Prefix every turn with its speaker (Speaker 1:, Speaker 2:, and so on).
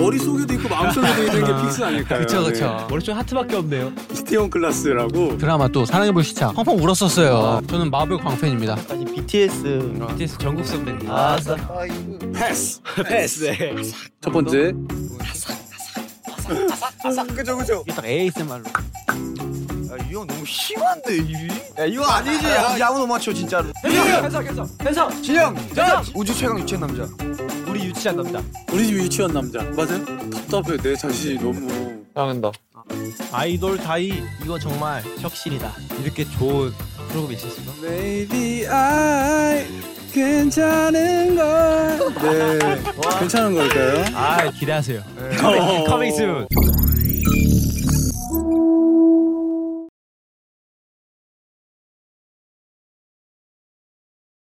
Speaker 1: 머릿속에도 있고 마음속에도 있는 게 픽스 아닐까요?
Speaker 2: 그쵸 그쵸.
Speaker 1: 네.
Speaker 2: 머릿속에 하트밖에 없네요.
Speaker 1: 이태원 클라스라고
Speaker 2: 드라마 또 사랑해볼 시차 펑펑 울었었어요.
Speaker 3: 아.
Speaker 2: 저는 마블 광팬입니다.
Speaker 3: 아니 BTS 이런.
Speaker 4: BTS 전국성 밴드.
Speaker 3: 아싸.
Speaker 1: 패스.
Speaker 4: 패스. 네.
Speaker 1: 첫 번째
Speaker 3: 그죠 그죠.
Speaker 4: 딱 ASMR로.
Speaker 3: 야이형 너무 심한데 이. 야 이거 아니지. 야, 야구 너무 맞춰 진짜로.
Speaker 4: 괜찮아 괜찮아 괜찮아.
Speaker 3: 진영. 자. 우주 최강 유치한 남자.
Speaker 4: 우리 유치한 남자.
Speaker 1: 우리 집 유치원 남자 맞아요? 답답해 내 자신이 너무
Speaker 5: 당한다.
Speaker 4: 아이돌 다이 이거 정말 혁신이다. 이렇게 좋은 프로그램이 있었을까?
Speaker 1: Maybe I 괜찮은 걸. 네. 괜찮은 걸까요?
Speaker 4: 아 기대하세요.
Speaker 3: 네.
Speaker 4: 커밍 순.